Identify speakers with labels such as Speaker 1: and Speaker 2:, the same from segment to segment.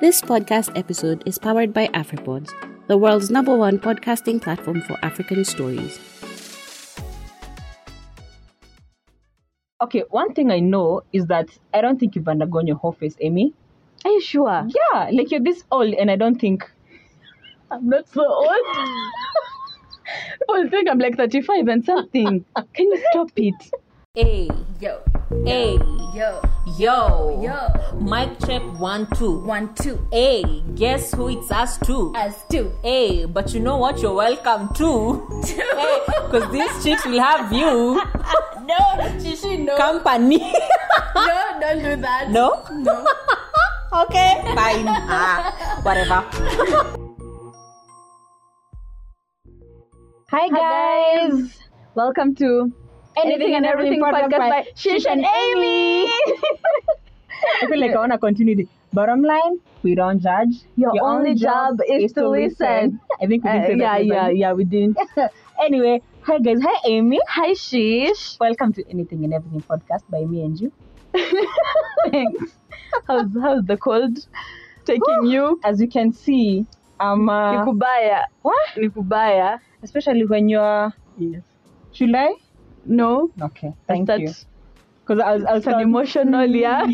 Speaker 1: This podcast episode is powered by AfriPods, the world's number one podcasting platform for African stories.
Speaker 2: Okay, one thing I know is that I don't think you've undergone your whole face, Amy.
Speaker 3: Are you sure?
Speaker 2: Yeah, like you're this old, and I don't think I'm not so old. People think I'm like 35 and something. Can you stop it?
Speaker 4: Hey, yo. Hey,
Speaker 5: Yo,
Speaker 4: yo.
Speaker 5: Yo.
Speaker 4: Mic check one, two.
Speaker 5: one, two,
Speaker 4: Hey, guess who it's us to?
Speaker 5: as two.
Speaker 4: Hey, but you know what? You're welcome to. hey, because these chicks will have you
Speaker 5: No, Chishi, no,
Speaker 4: company.
Speaker 5: no, don't do that.
Speaker 4: no? No. okay, fine. Ah, whatever.
Speaker 2: Hi, guys. Welcome to
Speaker 3: Anything and Everything Podcast by
Speaker 2: Shish and Amy. I feel like I want to continue the bottom line. We don't judge.
Speaker 3: Your only job is to listen.
Speaker 2: I think we didn't say that.
Speaker 3: Uh, yeah,
Speaker 2: was
Speaker 3: yeah,
Speaker 2: it?
Speaker 3: yeah, we didn't.
Speaker 2: Anyway, hi, guys. Hi, Amy.
Speaker 3: Hi, Shish.
Speaker 2: Welcome to Anything and Everything Podcast by me and you. Thanks.
Speaker 3: How's, how's the cold taking you?
Speaker 2: As you can see, um,
Speaker 3: Ni
Speaker 2: uh,
Speaker 3: kubaya.
Speaker 2: What?
Speaker 3: Ni kubaya.
Speaker 2: especially when you're.
Speaker 3: Yes.
Speaker 2: Should I?
Speaker 3: No?
Speaker 2: Okay, thank
Speaker 3: That's-
Speaker 2: you. Because I was, I was
Speaker 3: It's an emotional, yeah.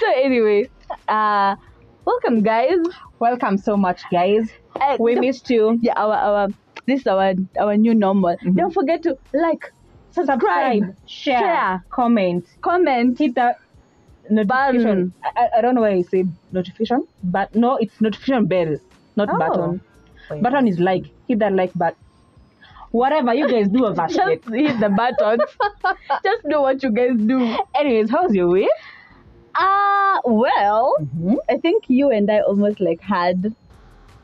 Speaker 3: so, anyway, uh, welcome, guys.
Speaker 2: Welcome so much, guys.
Speaker 3: Uh,
Speaker 2: We
Speaker 3: don't-
Speaker 2: missed you.
Speaker 3: yeah, our, our, this is our, our new normal.
Speaker 2: Mhm.
Speaker 3: Don't forget to like, subscribe,
Speaker 2: Subscribe, share,
Speaker 3: share.
Speaker 2: comment,
Speaker 3: comment,
Speaker 2: hit that notification.
Speaker 3: Button.
Speaker 2: I, I- I don't know why you say notification, but no, it's notification bell, not
Speaker 3: Oh.
Speaker 2: button. Button is like, hit that like button. Whatever you guys do of that shit.
Speaker 3: just hit the button. just do what you guys do.
Speaker 2: Anyways, how's your week?
Speaker 3: Ah, well,
Speaker 2: Mm-hmm.
Speaker 3: I think you and I almost like had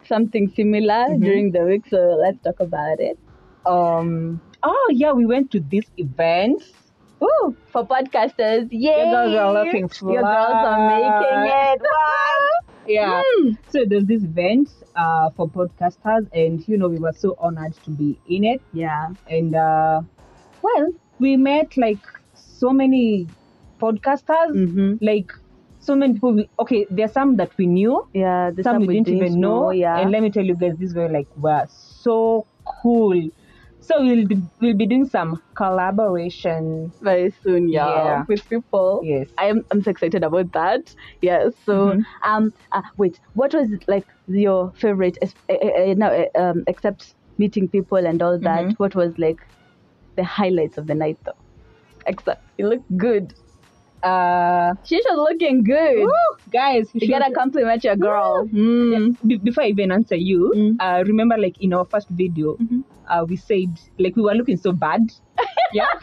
Speaker 3: something similar
Speaker 2: Mm-hmm.
Speaker 3: during the week, so let's talk about it.
Speaker 2: Um. Oh yeah, we went to this event.
Speaker 3: Woo! For podcasters, yay!
Speaker 2: Your girls are looking fly.
Speaker 3: Your girls are making it. Hmm. Wow!
Speaker 2: Yeah. So there's this event uh, for podcasters, and you know we were so honored to be in it.
Speaker 3: Yeah.
Speaker 2: and uh, well, we met like so many podcasters,
Speaker 3: Mm-hmm.
Speaker 2: like so many people. We, okay, there are some that we knew,
Speaker 3: Yeah. The
Speaker 2: some, we didn't, even know.
Speaker 3: Yeah.
Speaker 2: And let me tell you guys, these were like were so cool. So we'll be, we'll be doing some collaboration.
Speaker 3: very soon, yeah,
Speaker 2: Yeah.
Speaker 3: with people.
Speaker 2: Yes.
Speaker 3: I'm, I'm so excited about that. Yeah. So,
Speaker 2: Mhm.
Speaker 3: um, uh, wait, what was like your favorite? es- eh, eh, eh, no, eh, um, except meeting people and all that.
Speaker 2: Mhm.
Speaker 3: What was like the highlights of the night though? Except you look good.
Speaker 2: Uh,
Speaker 3: She's just looking good.
Speaker 2: woo, Oh, guys, you
Speaker 3: You gotta
Speaker 2: should-
Speaker 3: compliment your girl.
Speaker 2: Yeah. Be- before I even answer you,
Speaker 3: Mm.
Speaker 2: uh, remember like in our first video,
Speaker 3: Mhm.
Speaker 2: uh, we said like we were looking so bad. yeah.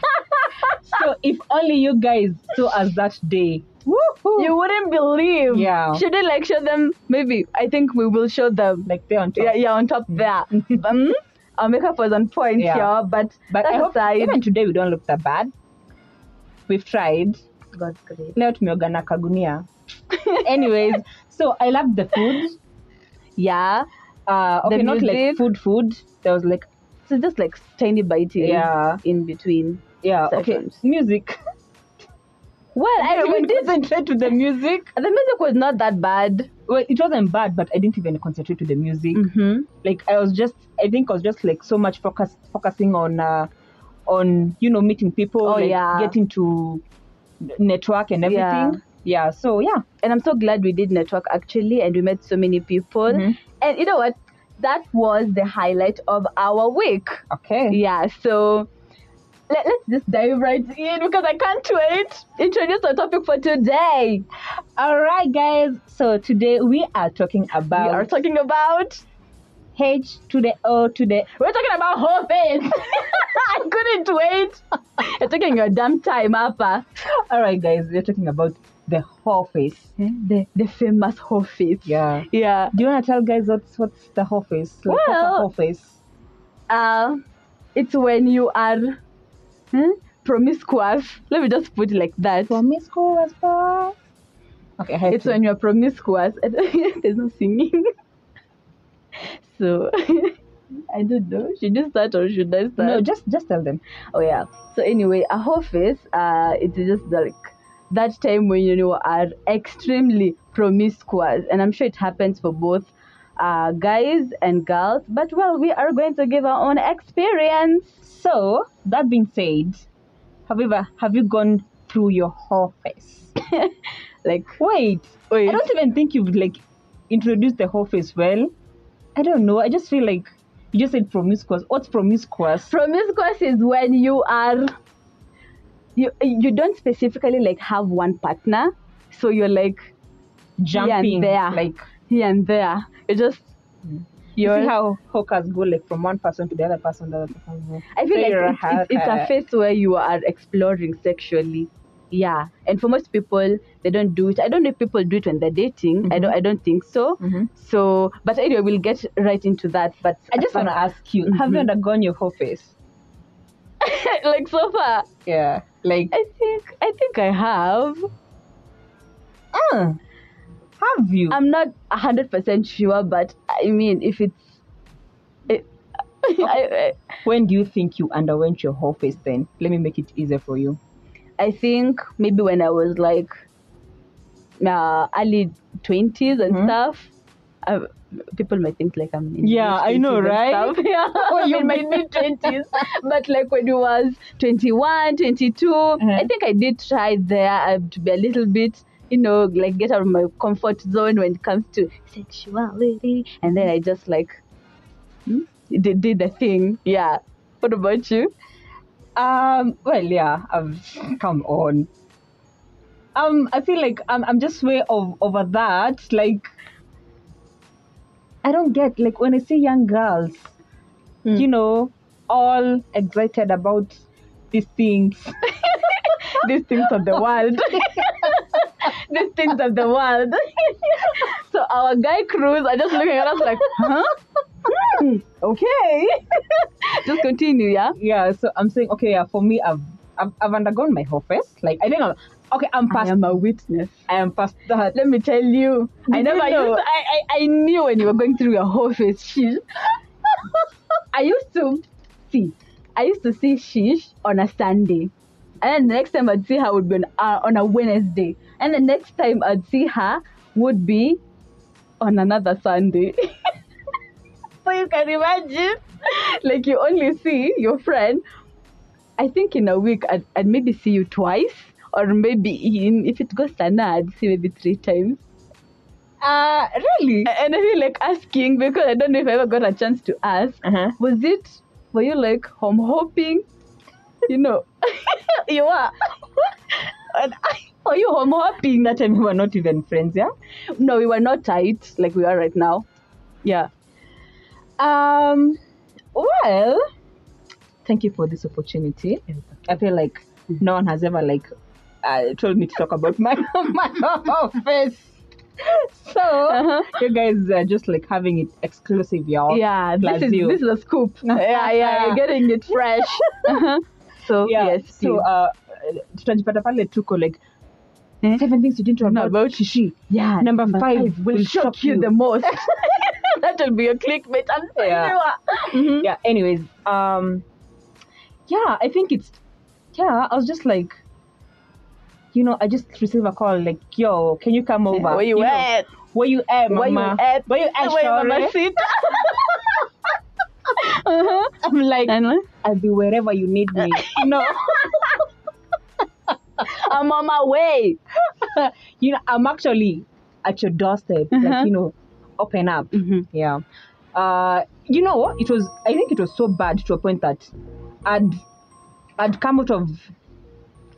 Speaker 2: so if only you guys saw us that day. Woohoo!
Speaker 3: You wouldn't believe.
Speaker 2: Yeah.
Speaker 3: Should I like show them? Maybe I think we will show them.
Speaker 2: like they're on top.
Speaker 3: Yeah, yeah, on top there. um, our makeup was on point
Speaker 2: mm. Yeah.
Speaker 3: here, but,
Speaker 2: But
Speaker 3: that
Speaker 2: I hope
Speaker 3: aside,
Speaker 2: even today we don't look that bad. We've tried.
Speaker 3: God's grace.
Speaker 2: Leo tumeogana kagunia. Anyways, so I loved the food.
Speaker 3: Yeah.
Speaker 2: Uh,
Speaker 3: The
Speaker 2: okay, not like
Speaker 3: music.
Speaker 2: food, food. There was like
Speaker 3: So just like tiny biting
Speaker 2: yeah,
Speaker 3: in between.
Speaker 2: yeah. Okay,
Speaker 3: Sessions.
Speaker 2: music.
Speaker 3: Well, I
Speaker 2: even
Speaker 3: we did.
Speaker 2: concentrate to the music.
Speaker 3: The music was not that bad.
Speaker 2: well it wasn't bad but i didn't even concentrate to the music
Speaker 3: Mm-hmm.
Speaker 2: like i was just i think i was just like so much focus focusing on uh on you know meeting people
Speaker 3: Oh,
Speaker 2: like,
Speaker 3: yeah.
Speaker 2: getting to network and everything
Speaker 3: Yeah.
Speaker 2: yeah, so yeah
Speaker 3: And I'm so glad we did network actually, and we met so many people.
Speaker 2: Mhm.
Speaker 3: And you know what? That was the highlight of our week.
Speaker 2: okay
Speaker 3: Yeah. So let, let's just dive right in because I can't wait. Introduce our topic for today.
Speaker 2: all right guys so today we are talking about oh,
Speaker 3: we are talking about.
Speaker 2: h to the o to the
Speaker 3: We're talking about whole face. I couldn't wait. You're taking your damn time, Appa.
Speaker 2: all right guys we're talking about the whole face
Speaker 3: The, the famous whole face.
Speaker 2: yeah
Speaker 3: Yeah.
Speaker 2: do you want to tell guys what's what's the whole face like what's a
Speaker 3: Well-
Speaker 2: whole face
Speaker 3: Uh, it's when you are hmm, promiscuous. Let me just put it like that.
Speaker 2: promiscuous as well okay I had
Speaker 3: It's
Speaker 2: to.
Speaker 3: when you're promiscuous. There's no singing. so, I don't know. Should you start or should I start?
Speaker 2: no just just tell them
Speaker 3: oh, yeah. So, anyway, a whole face, uh, it is just the, like that time when you are extremely promiscuous, and I'm sure it happens for both uh, guys and girls. But well, we are going to give our own experience.
Speaker 2: So, that being said, have you ever have you gone through your whole face?
Speaker 3: Like,
Speaker 2: Wait,
Speaker 3: wait,
Speaker 2: I don't even think you've like introduced the whole face well. I don't know. I just feel like you just said promiscuous. What's promiscuous?
Speaker 3: promiscuous is when you are you you don't specifically like have one partner, so you're like
Speaker 2: Jumping
Speaker 3: there.
Speaker 2: like
Speaker 3: here and there. You just
Speaker 2: you
Speaker 3: you're
Speaker 2: see how hawkers go like from one person to the other person, the other person. Go.
Speaker 3: I feel
Speaker 2: So
Speaker 3: like
Speaker 2: you're
Speaker 3: it's, it's, it's a
Speaker 2: hawker.
Speaker 3: phase where you are exploring sexually. Yeah, and for most people, they don't do it. I don't know if people do it when they're dating. I
Speaker 2: Mm-hmm.
Speaker 3: don't. I don't think so. So, but anyway, we'll get right into that. But
Speaker 2: I just wanna Mm-hmm. ask you, have you undergone your whole face?
Speaker 3: like so far,
Speaker 2: Yeah, like
Speaker 3: I think I think I have.
Speaker 2: uh, have you?
Speaker 3: I'm not hundred percent sure, but I mean, if it's, it, I, I
Speaker 2: when do you think you underwent your whole face then? Let me make it easier for you.
Speaker 3: I think maybe when I was like uh, early twenties
Speaker 2: Hmm?
Speaker 3: and stuff, I, people might think like I'm in
Speaker 2: Yeah,
Speaker 3: my
Speaker 2: I know,
Speaker 3: 20s and
Speaker 2: right?
Speaker 3: stuff. Yeah,
Speaker 2: Oh, you
Speaker 3: in my
Speaker 2: mean-
Speaker 3: mid twenties, but like when I was 21, 22,
Speaker 2: Uh-huh.
Speaker 3: I think I did try there uh, to be a little bit. You know, like get out of my comfort zone when it comes to sexuality, and then I just like hmm, did, did the thing. Yeah. What about you?
Speaker 2: Um, well, yeah, I've come on. Um, I feel like I'm, I'm just way of, over that. Like, I don't get, like, when I see young girls,
Speaker 3: Hmm.
Speaker 2: you know, all excited about these things.
Speaker 3: these things of the world. these things of the world. so our guy crews are just looking at us like, huh? Hmm, okay. just continue, yeah?
Speaker 2: yeah, so I'm saying, okay, yeah, for me, I've, I've, I've undergone my whole phase. Like, I don't know. Okay, I'm
Speaker 3: I
Speaker 2: past.
Speaker 3: am a witness.
Speaker 2: I am past that.
Speaker 3: Let me tell you. I
Speaker 2: Did
Speaker 3: never
Speaker 2: you know?
Speaker 3: used to- I, I, I knew when you were going through your whole face, shish. I used to see. I used to see shish on a Sunday. And then the next time I'd see her would be on, uh, on a Wednesday. And the next time I'd see her would be on another Sunday. so you can imagine. Like you only see your friend I think in a week I'd, I'd maybe see you twice, or maybe in if it goes sana, I'd see maybe three times.
Speaker 2: Uh, really?
Speaker 3: A- And I feel like asking because I don't know if I ever got a chance to ask.
Speaker 2: Uh-huh.
Speaker 3: Was it? Were you like home hopping? You know, you were. And were you home hopping?
Speaker 2: That time we were not even friends, yeah?
Speaker 3: No, we were not tight like we are right now. Yeah.
Speaker 2: Um, well, thank you for this opportunity. I feel like no one has ever like uh, told me to talk about my my face. So you guys are just like having it exclusive, y'all.
Speaker 3: Yeah,
Speaker 2: Plus
Speaker 3: this is
Speaker 2: you.
Speaker 3: this is a scoop. yeah, yeah, you're getting it fresh. Uh-huh. So
Speaker 2: yeah.
Speaker 3: yes,
Speaker 2: so
Speaker 3: please.
Speaker 2: uh, tutajipata pale tuko uh, like seven things you didn't know
Speaker 3: Know
Speaker 2: about,
Speaker 3: Hmm? about
Speaker 2: Shishi.
Speaker 3: Yeah.
Speaker 2: Number five will shock you.
Speaker 3: the most. That'll be your clickbait. I'm telling
Speaker 2: Yeah.
Speaker 3: you. Mhm.
Speaker 2: yeah anyways um yeah i think it's yeah i was just like you know i just received a call like yo can you come over
Speaker 3: Eh, Where you,
Speaker 2: know,
Speaker 3: at?
Speaker 2: where you at
Speaker 3: Where you
Speaker 2: mama
Speaker 3: at?
Speaker 2: where you at,
Speaker 3: Where you
Speaker 2: Shaore?
Speaker 3: mama sit? uh-huh.
Speaker 2: i'm like
Speaker 3: And what?
Speaker 2: i'll be wherever you need me no
Speaker 3: I'm on my way.
Speaker 2: you know i'm actually at your doorstep
Speaker 3: Uh-huh.
Speaker 2: like you know open up
Speaker 3: Mhm.
Speaker 2: yeah uh you know what? it was i think it was so bad to a point that i'd i'd come out of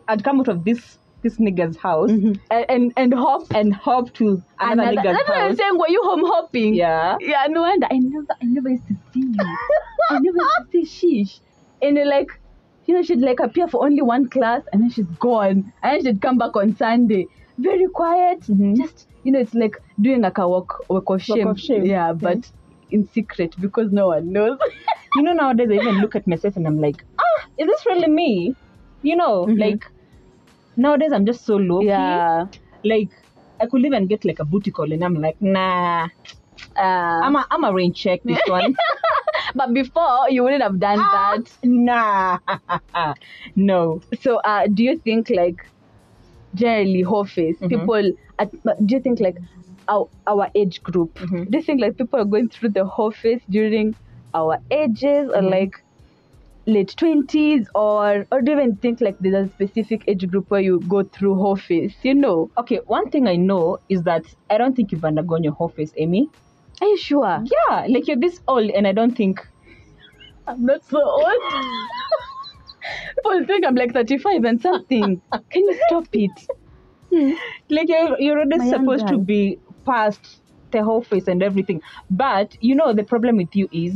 Speaker 2: i'd come out of this this nigger's house
Speaker 3: And, and and hop
Speaker 2: and hop to Mm-hmm. another,
Speaker 3: another.
Speaker 2: nigger's
Speaker 3: That's what I'm
Speaker 2: house.
Speaker 3: saying. Were you home hopping?
Speaker 2: Yeah.
Speaker 3: Yeah, no wonder. I never, I never used to see you. I never used to see Sheesh. And you're like, you know, she'd like appear for only one class and then she's gone. And then she'd come back on Sunday. Very quiet. Just, you know, it's like doing like a walk, walk of shame.
Speaker 2: Mm-hmm. of shame.
Speaker 3: Yeah, but in secret because no one knows.
Speaker 2: You know, nowadays I even look at myself and I'm like, ah, is this really me? You know, like nowadays I'm just so low.
Speaker 3: Yeah.
Speaker 2: Like I could even get like a booty call and I'm like, nah,
Speaker 3: Uh,
Speaker 2: I'm a, I'm a rain check this one.
Speaker 3: but before, you wouldn't have done
Speaker 2: Ah,
Speaker 3: that.
Speaker 2: nah, no.
Speaker 3: Oh. So, uh, do you think like generally office people at, do you think like our, our age group do you think like people are going through the office during our ages or like late 20s or or do you even think like there's a specific age group where you go through office you know
Speaker 2: Okay, one thing I know is that I don't think you've undergone your whole face, Amy.
Speaker 3: are you sure
Speaker 2: Yeah, like you're this old, and I don't think
Speaker 5: I'm not so old. People think I'm like 35 and something. Can you stop it?
Speaker 2: like you're, you're already
Speaker 3: Hmm. My young
Speaker 2: supposed to
Speaker 3: girl.
Speaker 2: be past the whole face and everything. But you know the problem with you is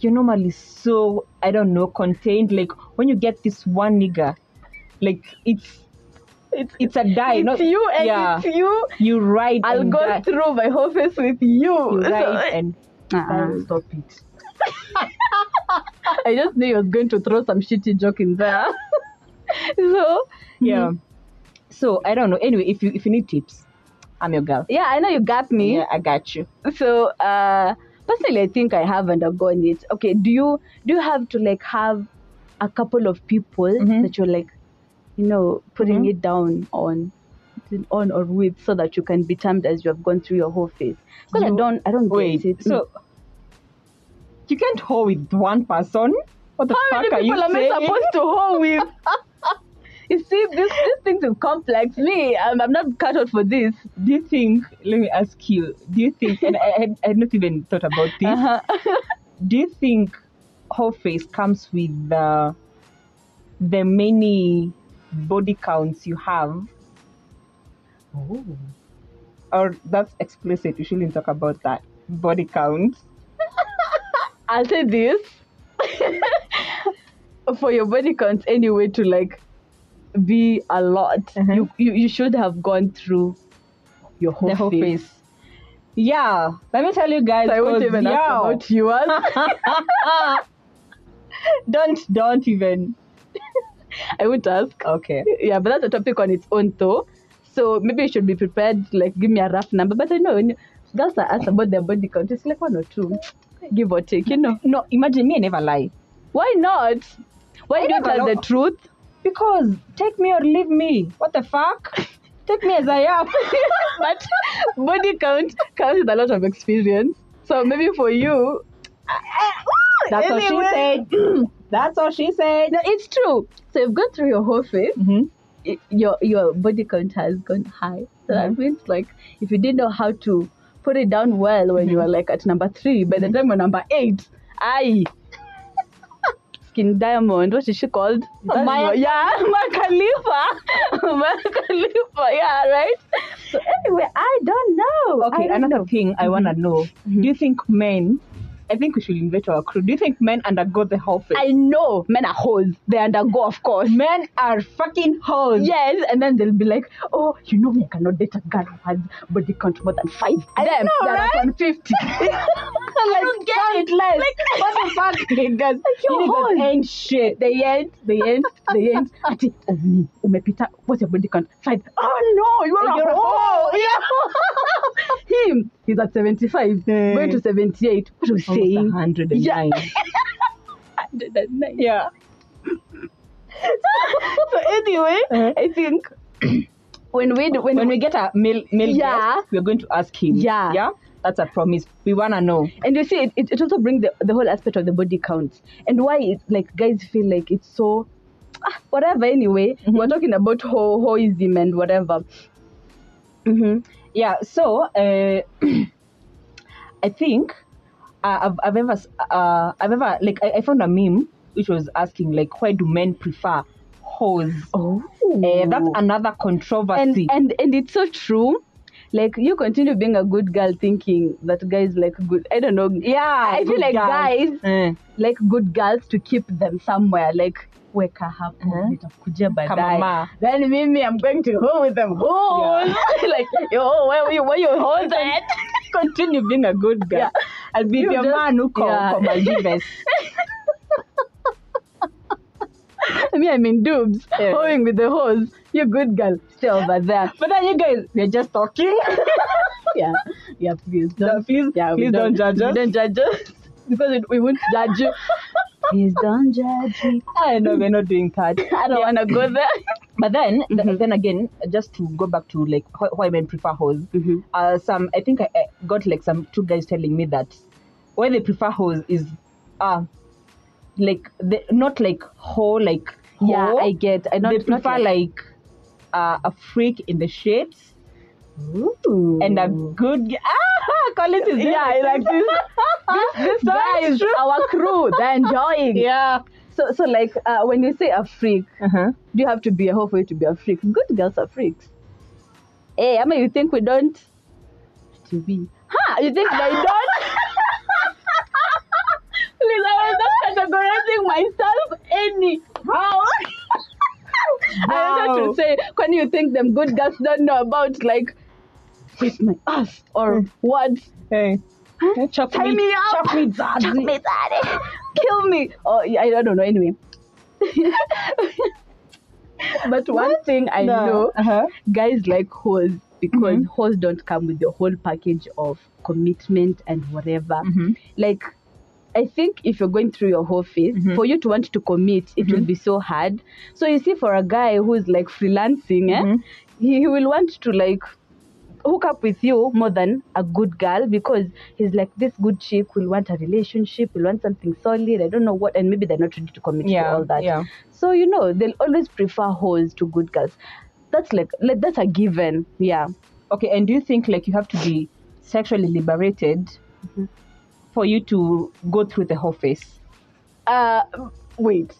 Speaker 2: you're normally so I don't know contained. Like when you get this one nigga, like it's it's it's a die.
Speaker 3: it's
Speaker 2: not,
Speaker 3: you and
Speaker 2: yeah,
Speaker 3: it's you
Speaker 2: you ride.
Speaker 3: i'll
Speaker 2: and
Speaker 3: go
Speaker 2: die.
Speaker 3: through my whole face with you
Speaker 2: You ride and
Speaker 3: Uh-uh.
Speaker 2: stop it.
Speaker 3: i just knew you was going to throw some shitty joke in there so
Speaker 2: Yeah. So I don't know. Anyway, if you if you need tips, I'm your girl.
Speaker 3: yeah i know you got me
Speaker 2: Yeah, I got you.
Speaker 3: so uh personally i think i have undergone it okay do you do you have to like have a couple of people
Speaker 2: Mm-hmm.
Speaker 3: that you're like you know putting it down on on or with so that you can be termed as you have gone through your whole phase because i
Speaker 2: You-
Speaker 3: don't i don't
Speaker 2: Wait,
Speaker 3: get it
Speaker 2: so you can't hold with one person. What the
Speaker 3: how
Speaker 2: fuck
Speaker 3: many
Speaker 2: are you
Speaker 3: people am i
Speaker 2: saying?
Speaker 3: supposed to hold with you see this these things is complex me i'm, I'm not cut out for this
Speaker 2: do you think? Let me ask you. Do you think? And I, I, had- I had not even thought about this.
Speaker 3: Uh-huh.
Speaker 2: do you think whole face comes with the the many body counts you have?
Speaker 3: Oh.
Speaker 2: Or that's explicit. We shouldn't talk about that body count.
Speaker 3: I'll say this for your body counts anyway to like be a lot.
Speaker 2: Uh-huh.
Speaker 3: You, you you should have gone through your whole,
Speaker 2: The whole
Speaker 3: face.
Speaker 2: face. Yeah, let me tell you guys.
Speaker 3: So I won't
Speaker 2: 'cause,
Speaker 3: even ask
Speaker 2: yeah,
Speaker 3: about yours.
Speaker 2: don't don't even.
Speaker 3: I won't ask.
Speaker 2: Okay.
Speaker 3: Yeah, but that's a topic on its own though. So maybe you should be prepared. Like give me a rough number. But I know when girls are asked about their body count, it's like one or two, give or take. You know
Speaker 2: No, imagine me. I never lie.
Speaker 3: why not? Why do you
Speaker 2: never
Speaker 3: tell
Speaker 2: know.
Speaker 3: the truth?
Speaker 2: Because take me or leave me. What the fuck? take me as I am.
Speaker 3: but body count comes with a lot of experience. So maybe for you,
Speaker 2: Eh, That's what she
Speaker 3: Anyway.
Speaker 2: said. That's what she said.
Speaker 3: no, it's true. So you've gone through your whole face.
Speaker 2: Mhm.
Speaker 3: y- Your your body count has gone high. So
Speaker 2: Mm-hmm.
Speaker 3: that means like if you didn't know how to put it down well when
Speaker 2: Mm-hmm.
Speaker 3: you were like at number three, by the time you're number eight, aye. Skin Diamond, what is she called? That's
Speaker 2: Maya-
Speaker 3: what- yeah, Maya Khalifa. Maya Khalifa, yeah, right? So anyway, I don't know. I
Speaker 2: Okay,
Speaker 3: don't
Speaker 2: another
Speaker 3: know. Mm-hmm.
Speaker 2: thing I wanna know. Do you think men? I think we should invite our crew. Do you think men undergo the whole thing?
Speaker 3: I know men are hoes. They undergo, of course.
Speaker 2: men are fucking hoes.
Speaker 3: Yes, and then they'll be like, oh, you know me, I cannot date a girl who has body count more than five. I Them,
Speaker 2: know,
Speaker 3: they're at
Speaker 2: right?
Speaker 3: 150.
Speaker 2: I don't get it. Less. what the fuck, niggas?
Speaker 3: You're
Speaker 2: you niggas
Speaker 3: hoes.
Speaker 2: ain't shit.
Speaker 3: they end, they end, they end. Ati, oh me, umepita, what's your body count? Five. Oh no, you're,
Speaker 2: You're
Speaker 3: a
Speaker 2: a
Speaker 3: hoe. Yeah. Him, he's at 75,
Speaker 2: Yeah.
Speaker 3: going to 78. What are we saying?
Speaker 2: 109.
Speaker 3: Yeah.
Speaker 2: yeah.
Speaker 3: so anyway,
Speaker 2: Uh-huh.
Speaker 3: I think when we do, when,
Speaker 2: When we get a male, male
Speaker 3: Yeah.
Speaker 2: guest, we're going to ask him.
Speaker 3: Yeah.
Speaker 2: Yeah. That's a promise. We wanna know.
Speaker 3: and you see it, it, it also brings the, the whole aspect of the body count and why it's like guys feel like it's so ah, whatever anyway
Speaker 2: Mm-hmm.
Speaker 3: we're talking about ho hoism and whatever mm-hmm.
Speaker 2: yeah so uh, i think uh, I've, I've ever s- uh, i've ever like I, I found a meme which was asking like why do men prefer hoes
Speaker 3: oh
Speaker 2: Eh, that's another
Speaker 3: and,
Speaker 2: controversy
Speaker 3: and and it's so true like you continue being a good girl thinking that guys like good i don't know
Speaker 2: yeah
Speaker 3: i feel
Speaker 2: good
Speaker 3: like
Speaker 2: girls.
Speaker 3: guys
Speaker 2: Eh,
Speaker 3: like good girls to keep them somewhere like weka hapo
Speaker 2: Uh-huh.
Speaker 3: nitakujia baadaye
Speaker 2: Kamama.
Speaker 3: then mimi i'm going to go with them whole like yo where you where you hold that
Speaker 2: continue being a good girl
Speaker 3: Yeah.
Speaker 2: i'll be
Speaker 3: You
Speaker 2: your
Speaker 3: just-
Speaker 2: man who call,
Speaker 3: yeah.
Speaker 2: call Maldives.
Speaker 3: me i'm in dubs
Speaker 2: Yeah.
Speaker 3: hoeing with the hose you good girl stay over there
Speaker 2: but then you guys we're just talking
Speaker 3: yeah yeah please
Speaker 2: No,
Speaker 3: don't
Speaker 2: please
Speaker 3: yeah, we
Speaker 2: please don't, judge us
Speaker 3: don't judge us because we- we won't judge you please don't judge me
Speaker 2: i know we're not doing that
Speaker 3: i don't want to go there
Speaker 2: But then, th-
Speaker 5: Mm-hmm.
Speaker 2: then again, just to go back to like wh- why men prefer hoes.
Speaker 5: Mm-hmm.
Speaker 2: Uh, some I think I, I got like some two guys telling me that why they prefer hoes is uh like they, not like hoe like hoe.
Speaker 5: Yeah, I get. I not,
Speaker 2: they
Speaker 5: not
Speaker 2: prefer like, uh, a freak in the shapes
Speaker 5: Ooh.
Speaker 2: and a good g- ah Colin is
Speaker 5: Yeah, I like this.
Speaker 2: this,
Speaker 5: that is our crew. They're enjoying.
Speaker 2: yeah
Speaker 3: So, so like uh, when you say a freak,
Speaker 2: uh-huh.
Speaker 3: do you have to be a hoe for you to be a freak? Good girls are freaks. Hey, I mean, you think we don't? To be. Ha! You think I don't? Please, I was not categorizing myself any. How? I wanted
Speaker 2: Wow.
Speaker 3: to say, can you think them good girls don't know about like, with my ass or
Speaker 2: Hmm.
Speaker 3: what?
Speaker 2: hey chop
Speaker 3: Tie
Speaker 2: me,
Speaker 3: me up.
Speaker 2: chop me, daddy.
Speaker 3: Chuck me, daddy. Kill me. Oh, yeah, I don't know. Anyway. but one thing I
Speaker 2: No.
Speaker 3: know,
Speaker 2: Uh-huh. Mm-hmm.
Speaker 3: guys like hoes because hoes don't come with the whole package of commitment and whatever.
Speaker 2: Mm-hmm.
Speaker 3: Like, I think if you're going through your whole phase,
Speaker 2: Mm-hmm.
Speaker 3: for you to want to commit, it will be so hard. So you see, for a guy who's like freelancing, eh,
Speaker 2: Mm-hmm.
Speaker 3: he, he will want to like hook up with you more than a good girl because he's like this good chick will want a relationship, will want something solid. I don't know what, and maybe they're not ready to commit to
Speaker 2: Yeah,
Speaker 3: all that.
Speaker 2: yeah.
Speaker 3: So you know they'll always prefer hoes to good girls. That's like, like that's a given. Yeah.
Speaker 2: okay and do you think like you have to be sexually liberated for you to go through the whole phase
Speaker 3: Uh, wait.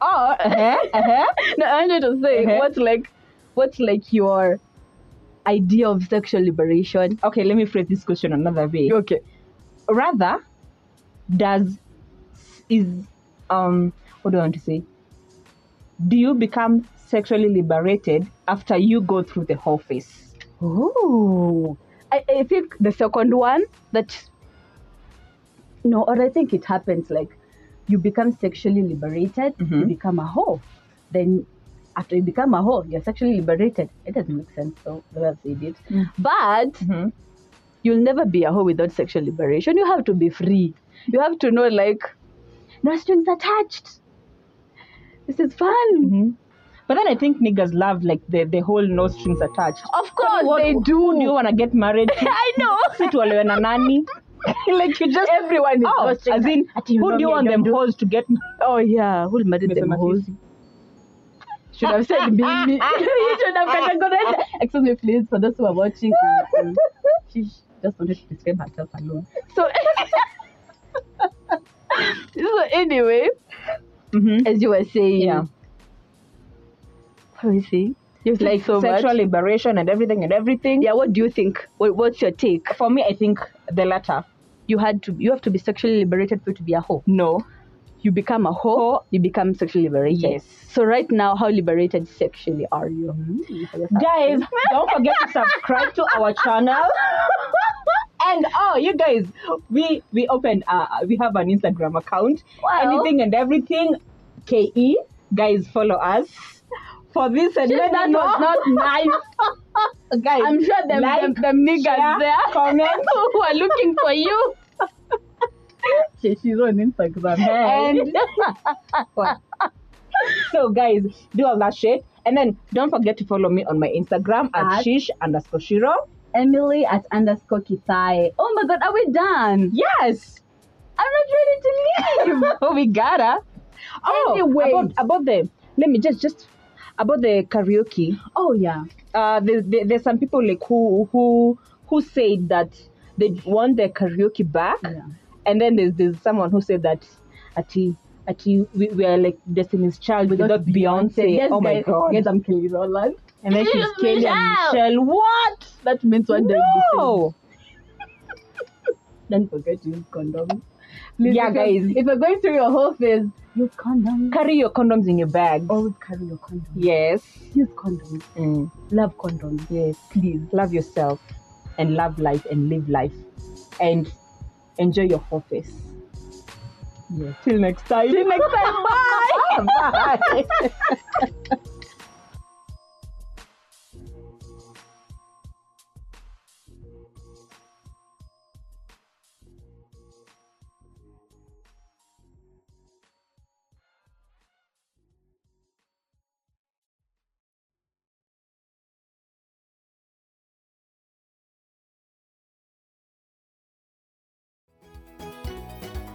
Speaker 3: Ah,
Speaker 2: oh uh-huh, uh-huh.
Speaker 3: No, I wanted to say
Speaker 2: Uh-huh.
Speaker 3: what's like, what's like your idea of sexual liberation?
Speaker 2: okay let me phrase this question another way
Speaker 3: Okay.
Speaker 2: rather does is um what do I want to say? Do you become sexually liberated after you go through the whole phase?
Speaker 3: Oh, I, I think the second one that no, or I think it happens like you become sexually liberated,
Speaker 2: Mm-hmm.
Speaker 3: you become a whore. Then after you become a whore, you're sexually liberated. It doesn't make sense though, the way I've said it.
Speaker 2: Mm.
Speaker 3: But
Speaker 2: Mm-hmm.
Speaker 3: you'll never be a whore without sexual liberation. You have to be free. You have to know like no strings attached. This is fun.
Speaker 2: Mm-hmm. But then I think niggas love like the, the whole no strings attached.
Speaker 3: Of course
Speaker 2: What-
Speaker 3: they
Speaker 2: who
Speaker 3: do.
Speaker 2: do you wanna get married to?
Speaker 3: I know.
Speaker 2: Si tu olewe na nani? like you just
Speaker 3: Everyone is
Speaker 2: oh,
Speaker 3: no
Speaker 2: as
Speaker 3: strings
Speaker 2: in
Speaker 3: attached. You
Speaker 2: who
Speaker 3: know
Speaker 2: do you
Speaker 3: me, I
Speaker 2: want them
Speaker 3: don't do-
Speaker 2: hoes to get
Speaker 3: Oh yeah, who'll marry them
Speaker 2: Mesema
Speaker 3: hoes? Should have said me. me. you should have categorized. Excuse me, please, for those who are watching. um, she just wanted to describe herself alone. So, so anyway,
Speaker 2: Mhm.
Speaker 3: as you were saying,
Speaker 2: Yeah.
Speaker 3: What were you saying? You've said
Speaker 2: like
Speaker 3: so much.
Speaker 2: sexual liberation and everything and everything?
Speaker 3: Yeah. What do you think? What, what's your take?
Speaker 2: For me I think the latter.
Speaker 3: You had to. You have to be sexually liberated for you to be a hoe.
Speaker 2: No.
Speaker 3: You become a hoe. You become sexually liberated.
Speaker 2: Yes.
Speaker 3: So right now, how liberated sexually are you?
Speaker 2: guys don't forget to subscribe to our channel and oh you guys we we opened uh we have an instagram account anything and everything ke guys follow us for this and many
Speaker 3: that
Speaker 2: more.
Speaker 3: was not nice.
Speaker 2: guys
Speaker 3: I'm sure them,
Speaker 2: like,
Speaker 3: them, them niggas
Speaker 2: share,
Speaker 3: there
Speaker 2: comment
Speaker 3: who are looking for you. She's on Instagram.
Speaker 2: and What? so guys do all that shit and then don't forget to follow me on my instagram at,
Speaker 3: At-
Speaker 2: shish underscore shiro
Speaker 3: Emily at underscore Kithai. Oh my god, are we done?
Speaker 2: yes
Speaker 3: I'm not ready to leave.
Speaker 2: oh, we gotta. Oh,
Speaker 3: Anyway.
Speaker 2: about, about the let me just just about the karaoke.
Speaker 3: oh yeah.
Speaker 2: Uh, there, there, there's some people like who who who said that they want their karaoke back, and then there's there's someone who said that ati ati we, we are like Destiny's Child without, Beyonce.
Speaker 3: Yes,
Speaker 2: oh my
Speaker 3: guys.
Speaker 2: god!
Speaker 3: Yes, I'm Kelly Rowland.
Speaker 2: and then she's
Speaker 3: Yes,
Speaker 2: Kelly and Michelle. What?
Speaker 3: That means one day we'll be
Speaker 2: No.
Speaker 3: safe. Don't forget to use condoms. Please,
Speaker 2: Yeah,
Speaker 3: if you're-
Speaker 2: guys.
Speaker 3: If you're going through your whole phase, use condoms.
Speaker 2: Carry your condoms in your bags.
Speaker 3: Always carry your condoms.
Speaker 2: Yes.
Speaker 3: Use condoms.
Speaker 2: Mm.
Speaker 3: Love condoms.
Speaker 2: Yes.
Speaker 3: Please.
Speaker 2: love yourself and love life and live life and enjoy your whole face. Yeah. Till next time. Till next time. Bye. Bye.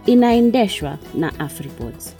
Speaker 1: inaendeshwa na afripods